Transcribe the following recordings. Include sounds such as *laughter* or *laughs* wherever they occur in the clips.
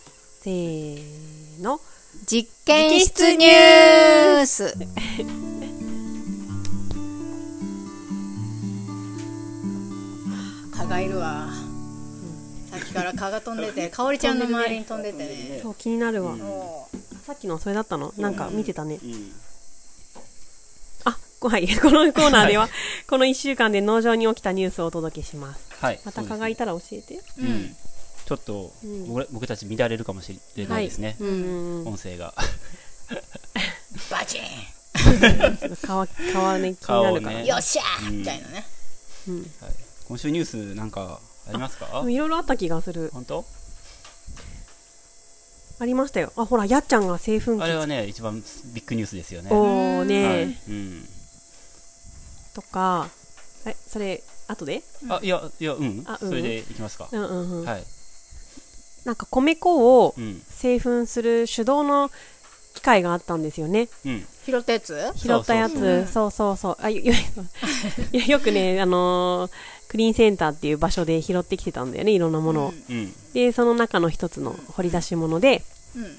せーの実験室ニュース *laughs* 蚊がいるわ、さっきから蚊が飛んでてかおりちゃんの周りに飛んでてねそう気になるわ、もうさっきのそれだったのなんか見てたね、うんあはい、 *laughs* このコーナーでは、この1週間で農場に起きたニュースをお届けします。はい。またそうです蚊ねがいたら教えて。うんちょっと、うん僕ら僕たち乱れるかもしれないですね。うんうんうん。音声が。バチン蚊は、蚊はね、気に顔なをるから。ね。よっしゃー、うんみたいなねうん。今週ニュースなんかありますかでもいろいろあった気がする。本当ありましたよ。あ、ほら、やっちゃんが製粉機あれはね、一番ビッグニュースですよね。おーね、はいうん。とか、え、それ、後であ、いや、いや、うん。あうんそれでいきますかう。んうんうん。はい。なんか米粉をうん。製粉する手動の機械があったんですよね。うん。拾ったやつ拾ったやつ、そうそうそう。あ、よ、よいやよくね、あのークリーンセンターっていう場所で拾ってきてたんだよね、いろんなものを。うん。で、その中の一つの掘り出し物で、うんうん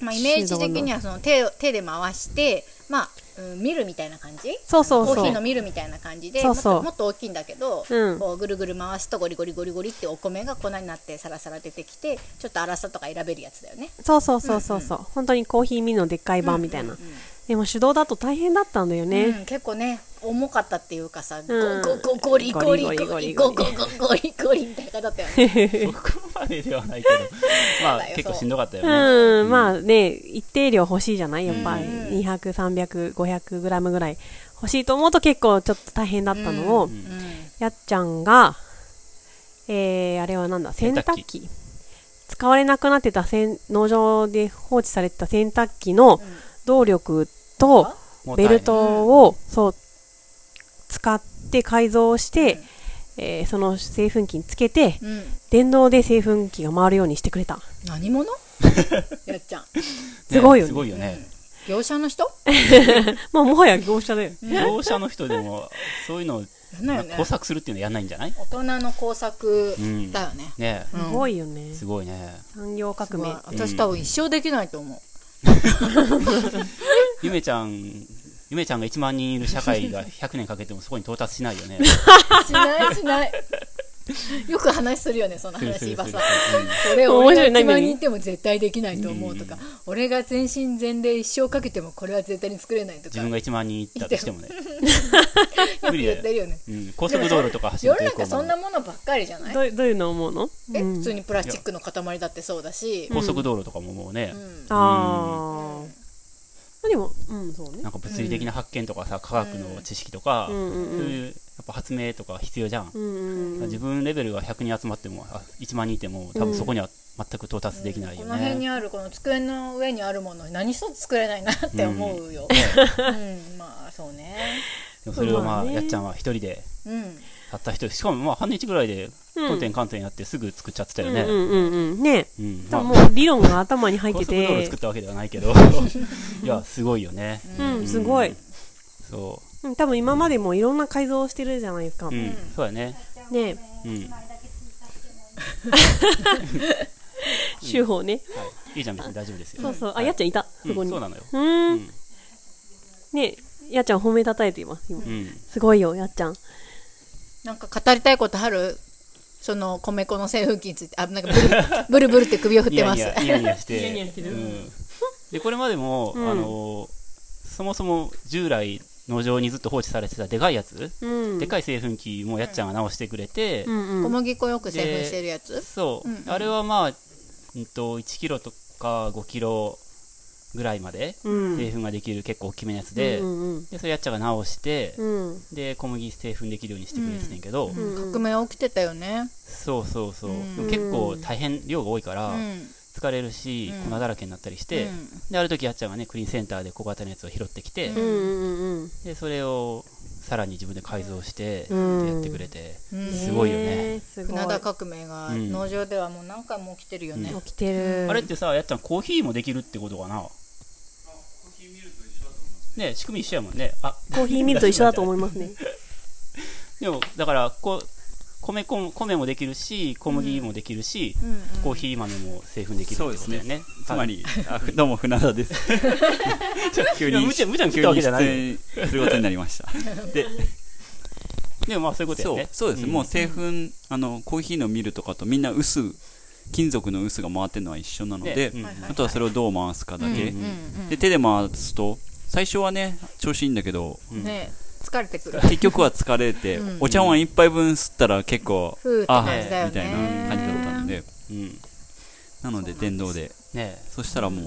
まあイメージ的にはその手を手で回してまあ、うん、見るみたいな感じそうそうそうコーヒーの見るみたいな感じでそうそうもっともっと大きいんだけど、うんこうぐるぐる回すとゴリゴリゴリゴリってお米が粉になってサラサラ出てきてちょっと粗さとか選べるやつだよねそうそうそうそうそう、本当にコーヒーミルのでっかい版みたいな、でも手動だと大変だったんだよね、うん、結構ね重かったっていうかさ、んゴゴゴゴリゴリゴリゴゴリリゴゴリリゴリゴリみたいな方だったよねそこまでではないけ *laughs* ど、まそあうだよ結構しんどかったようね。ん、まあね一定量欲しいじゃないやっぱり、うん200300500500グラムぐらい欲しいと思うと結構ちょっと大変だったのを、んうんやっちゃんがえー、あれはなんだ洗洗濯濯機使われなくなってた洗農場で放置されてた洗濯機の動力と、もうベ大変ルトを、そう使って改造して、えーその製粉機につけて、うん、うん、電動で製粉機が回るようにしてくれた何者やっちゃんすごいよねすごいよね。業者の人まあもはや業者だよ業者の人でも、そ *laughs* ういうのをやんないよね工作するっていうのやんないんじゃない大人の工作うんだよね、ねうすんごいよねすごいね。産業革命すごい私多分一生できないと思う、ゆめちゃん、ゆめちゃんが1万人いる社会が100年かけてもそこに到達しないよね。しないしないよく話するよねそのするす話る今すさる俺面白い俺が何一番にいても絶対できないと思うとか、俺が全身全霊一生かけてもこれは絶対に作れないとか自分が1万人いったとしてもね。無理 *laughs* 言っだてよ。るよねうん、高速道路とか走世っのていこ中うそんなものばっかりじゃないどうどういうの思うのえ普通にプラスチックの塊だってそうだし、高速道路とかももうね、ああでもうんそうねなんか物理的な発見とかさ、科学の知識とか、んうんうんそういうやっぱ発明とか必要じゃん。うんうんうん自分レベルが100人集まっても、あ1万人いても、多分そこには全く到達できないよこね。の辺にあるこの机の上にあるもの何一つ作れないなって思うよ、うんまあそうねでもそれをままああ、ねやっちゃんは一人で、うんたった一人、しかもまあ半日ぐらいで、ん当店観点やってすぐ作っちゃってたようね。んうんうんねうん多まあ分もう理論が頭に入っ高て速道路て作ったわけではないけど *laughs* いやすごいよね、うんすごいそうん多分今までもいろんな改造をしてるじゃないですか、う、うん、そうだねねうん、は手法ね、い、いいじゃん別に大丈夫ですよそうそうあ、はいやっちゃんいたうそんこに、そうなのようーんうんねやっちゃん褒めたたえています今うんすごいよやっちゃんなんか語りたいことあるその米粉の製粉機についてあなんかブル *laughs* ブルブルって首を振っニてヤまニすヤニヤニヤしてニヤニヤしてるうん、でこれまでも、あのそもそも従来農場にずっと放置されてたでかいやつ、うんでかい製粉機もやっちゃんが直してくれて、うんうん小麦粉よく製粉してるやつそう、うんうんあれはまあ、うん、と1キロとか5キロぐらいまでうん製粉ができる結構大きめのやつで、うんうんでそれやっちゃんが直して、うんで小麦製粉できるようにしてくれてたんやけど、うん革命起きてたよねそうそうそう、うんでも結構大変量が多いから、うん疲れるし、うん粉だらけになったりして、うんである時やっちゃんがねクリーンセンターで小型のやつを拾ってきて、ううんんうんでそれをさらに自分で改造して、うんやってくれて、うんすごいよねねえ、すごい船田革命がうん農場ではもう何回も起きてるよね、起きてるあれってさやっちゃんコーヒーもできるってことかなね仕組み一緒やもんねあ *laughs* コーヒーミルと一緒だと思いますねでもだからこう米粉も米もできるし小麦もできるし、うんうんコーヒー豆も製粉できるってそうこですとだよねね。つまり、あふどうも船 *laughs* 田です。急いやに、むちゃむちゃ食っ急たわけじに出ゃない演することになりました。で、でもまあ *laughs* そういうことやそうねそうです、んもう製粉あのコーヒーのミルとかとみんな臼金属の臼が回ってるのは一緒なので、ねうんはいはいあとはそれをどう回すかだけ、うんで手で回すと最初はね調子いいんだけどうんね疲れてくる結局は疲れて、うんお茶碗一杯分吸ったら結構、ふーってあ感じだよねみたいな感じだったのでうんなので電動でねそしたらも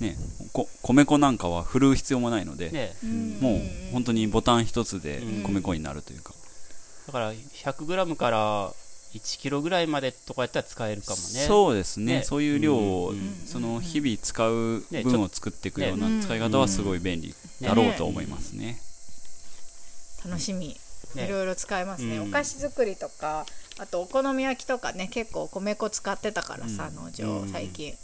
う、ねこ米粉なんかは振るう必要もないので、ねうんもう本当にボタン一つで米粉になるというか、だから 100g から1キロぐらいまでとかやったら使えるかもねそうですねねそういう量を、うんその日々使うねちょ分を作っていくような使い方はすごい便利だろうと思いますね。楽しみねいろいろ使えますね、うんお菓子作りとかあとお好み焼きとかね結構米粉使ってたからさ、農場うん最近、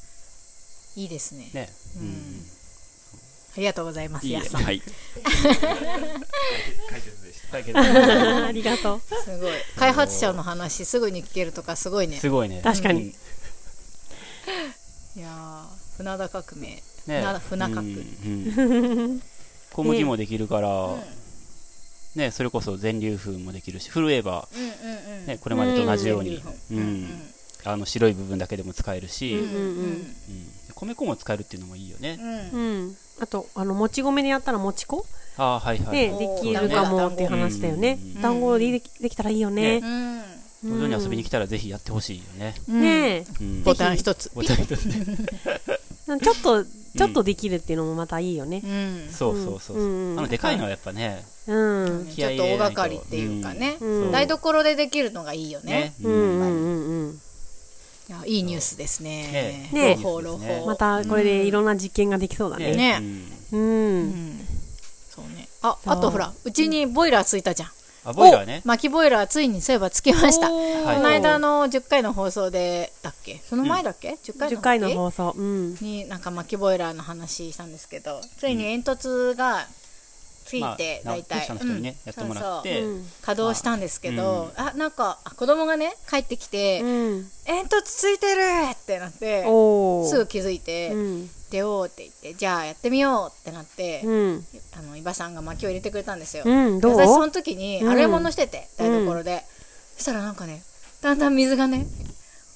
いいですねねうんありがとうございますいいやえさんはい、解決すありがとう。 *laughs* すごい開発者の話すぐに聞けるとかすごいねごいね確かに。いやー船田革命、ねな船革、うんうん小麦もできるから、ねそれこそ全粒粉もできるし震えば、うんうんうんね、これまでと同じように、ううんんうんあの白い部分だけでも使えるし、ううんんうん米粉も使えるっていうのもいいよね、うんうん。うん。あと、あの、もち米でやったらもち粉ああはいはい、ではいできるかもっていう話だよねうん。団子でできできたらいいよね。ねうん農場に遊びに来たらぜひやってほしいよね、ううんんねえ。うんボタン一つボタン一つねちょっと、ちょっとできるっていうのもまたいいよねう。んそうそうそうそう、うんうんあのでかいのはやっぱねうん。ちょっと大掛かりっていうかね、うん台所でできるのがいいよねねうんうんうんうん。いやいいニュースですねねね朗報朗報またこれでいろんな実験ができそうだね。ねうう。うんんんそうねああとほらうちにボイラーついたじゃん、あボイラーねお薪ボイラーついにそういえばつきましたこはいの間の10回の放送でだっけその前だっけ、10回の10回の放送。うん。になんか薪ボイラーの話したんですけどついに煙突がついて、まあ大体、直木賞の人にねうんやってもらってそうそううん稼働したんですけど、あなんかあ子供がね帰ってきて、うん。煙突ついてるってなっておー。すぐ気づいてう、ん。出ようって言ってじゃあやってみようってなって、うん。あの伊庭さんが薪を入れてくれたんですよ、うん。でどう私その時にうん洗い物してて、台所で、そしたらなんかねだんだん水がね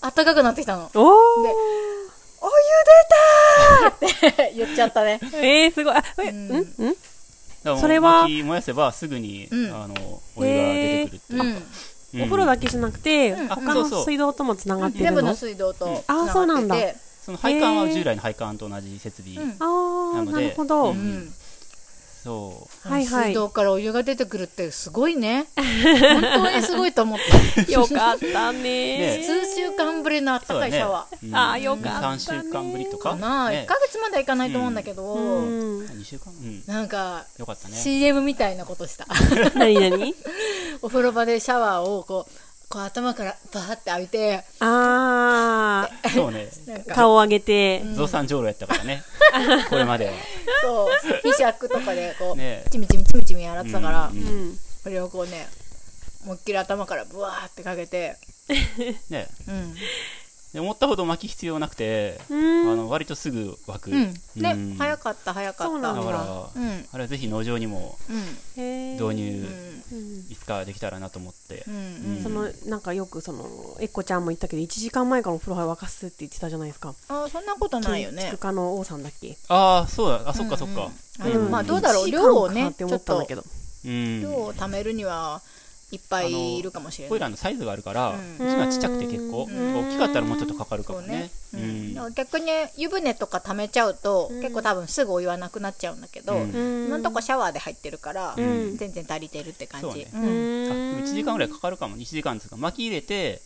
あったかくなってきたのおでー。お湯出 *laughs* たーって言っちゃったねえー、すごい。あえ、うんうんうんだからそれは薪燃やせばすぐに、うんあのお湯が出てくるっていううか、んうんお風呂だけじゃなくて、ん他のそうそう水道ともつながって全る部の、の水道とつあーなそうがなんってだてその配管はへー従来の配管と同じ設備、うんあなあのでなるほど、うんうんそはいはい水道からお湯が出てくるってすごいね *laughs* 本当にすごいと思ったよかったね *laughs* ね数週間ぶりのあったかいシャワーう、あーよかったね3週間ぶりとかかな、ね1ヶ月まではいかないと思うんだけど、うん2週間うんなんかよかったね CM みたいなことした *laughs* 何何お風呂場でシャワーをこうこう頭からバーって浴びてあそうねなあんか顔上げて、増産上路やったからねこれまではそうひしゃくとかでこう、ねチミチミチミチミ洗ってたから、うんううんんこれをこうね思いっきり頭からブワーってかけて、ねうんで思ったほど巻き必要なくて、うんあの割とすぐ湧く、うん、ね、うん早かった早かったそうなんだかうら、んあれはぜひ農場にもうへー導入んうんうんいつかできたらなと思って、うんうんそのなんかよくそのエッコちゃんも言ったけど1時間前からお風呂は沸かすって言ってたじゃないですかあーそんなことないよね建築家の王さんだっけああそうだあそっかそっかあでもまあどうだろう一時量間をかねってち思ょっったんだとけどうん量を貯めるにはいっぱいいるかもしれボイなラーいのサイズがあるから、ううんちのはちっちゃくて結構、うん大きかったらもうちょっとかかるかそもうねね。、ううんんだから逆に湯船とか溜めちゃうと、結構多分すぐお湯はなくなっちゃうんだけど、うん今んとこシャワーで入ってるから、ん全然足りてるって感そうじ、ねうんあでも1時間ぐらいかかかるかも、1時間ですか、巻き入れて、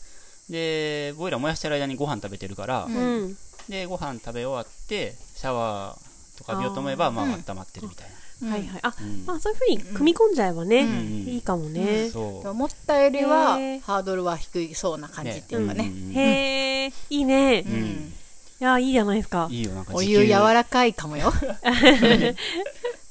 で、ボイラー燃やしてる間にご飯食べてるから、うんうんで、ご飯食べ終わって、シャワーとか浴びようと思えば、まあ、温まってるみたいな。はいはいあ、うんまあそういうふうに組み込んじゃえばね、んいいかもね、そ思ったよりはへーハードルは低いそうな感じっていうかねねうんへえ、いいね。う。いうん。や、いいじゃないですか。 *laughs* いいよ、なんかお時湯給柔らかいかもよ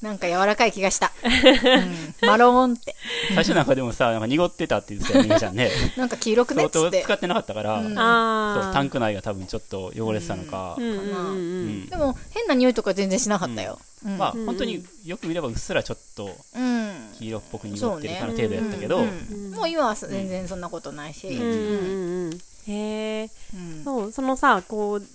なんか柔らかい気がした。うん、マローンって。最初なんかでもさ、なんか濁ってたって言ってたよね、みーちゃんね。なんか黄色くね相っつ当って使。ってなかったから、うんそうああ。タンク内が多分ちょっと汚れてたのか、うんうんうんううん。んでも変な匂いとか全然しなかったよ。うん。まあ、うん本当によく見ればうっすらちょっとうん。黄色っぽく濁ってるかなそうね程度やったけど、うんもう今は全然そんなことないし。うんうんうんうん。へえ。うんそう、そのさ、こう、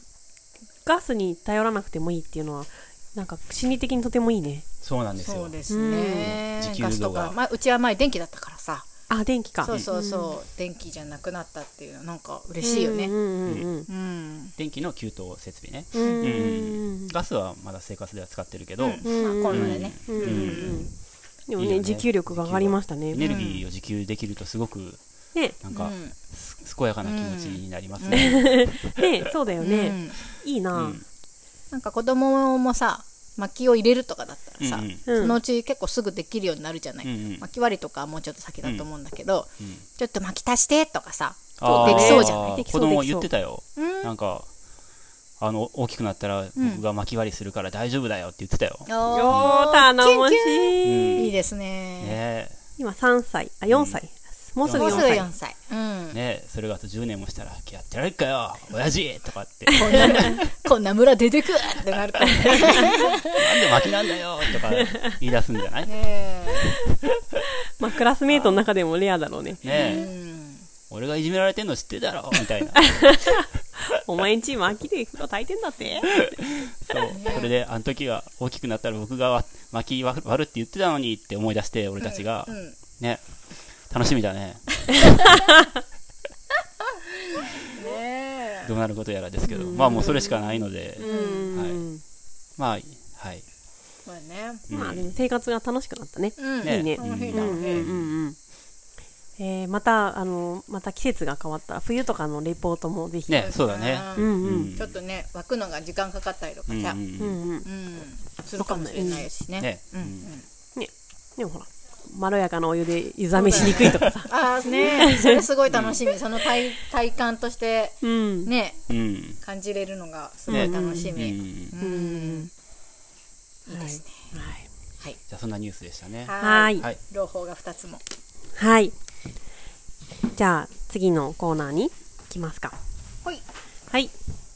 ガスに頼らなくてもいいっていうのは、なんか心理的にとてもいいね。そうなんですそようですねうん。ガスとか自給度が、まあうちは前電気だったからさ。あ、電気か。そうそうそう。電気じゃなくなったっていうのなんか嬉しいようね。んうんうんうん。電気の給湯設備ね、うん。うんうんガスはまだ生活では使ってるけど、うんまあコロナでね。うんうんうん。でもいいね、よね持久力が上がりましたね。エネルギーを自給できるとすごくね、なんか、うんす健やかな気持ちになりますね、ね、そうだようね。んいいな。なんか子供もさ薪を入れるとかだったらさ、うんうんうんそのうち結構すぐできるようになるじゃない、うんうん薪割りとかはもうちょっと先だと思うんだけど、うんちょっと薪足してとかさあでーきそうじゃないできそ子うできそう供言ってたよ、うんなんかあの大きくなったら僕が巻き割りするから大丈夫だよって言ってたよ、ねおおー、頼もしうんい。いいですねえ今3歳、あ、4歳。もうすぐもう4すぐ歳。 4歳、うんねえそれがあと10年もしたら「やってられっかよ親父!」とかってこんな *laughs* こんな村出てくってなるからね「なんで巻きなんだよ!」とか言い出すんじゃないねねえまあ、クラスメイトの中でもレアだろうね。えうん俺がいじめられてんの知ってるだろみたいなお前んち今秋で風呂炊いてんだって。そうそれであの時は大きくなったら僕が巻き割るって言ってたのにって思い出して俺たちが、うんね楽しみだねねえどうなることやらですけど、まあもうそれしかないので、うん。まあはい、これねうんまあ、でも生活が楽しくなったね。うんねいいね楽しいうんなうんうんうん。えー、また、あの、また季節が変わったら、冬とかのレポートもぜひ。ねそうだねううんんうん。ちょっとね湧くのが時間かかったりとかうんうさ、んううんんうん。うん、するかもしれないしね。ねうんうんね。でもほら、まろやかなお湯で湯冷めしにくいとかさ。ああねえそれすごい楽しみその体体感としてうん。ねうん感じれるのがすごい楽しうんうみ。んうじんいいはでいすね。。はいゃあそんなニュースでしたねはーい。はい朗報が二つも。はい。じゃあ、次のコーナーに行きますか。はい。はい。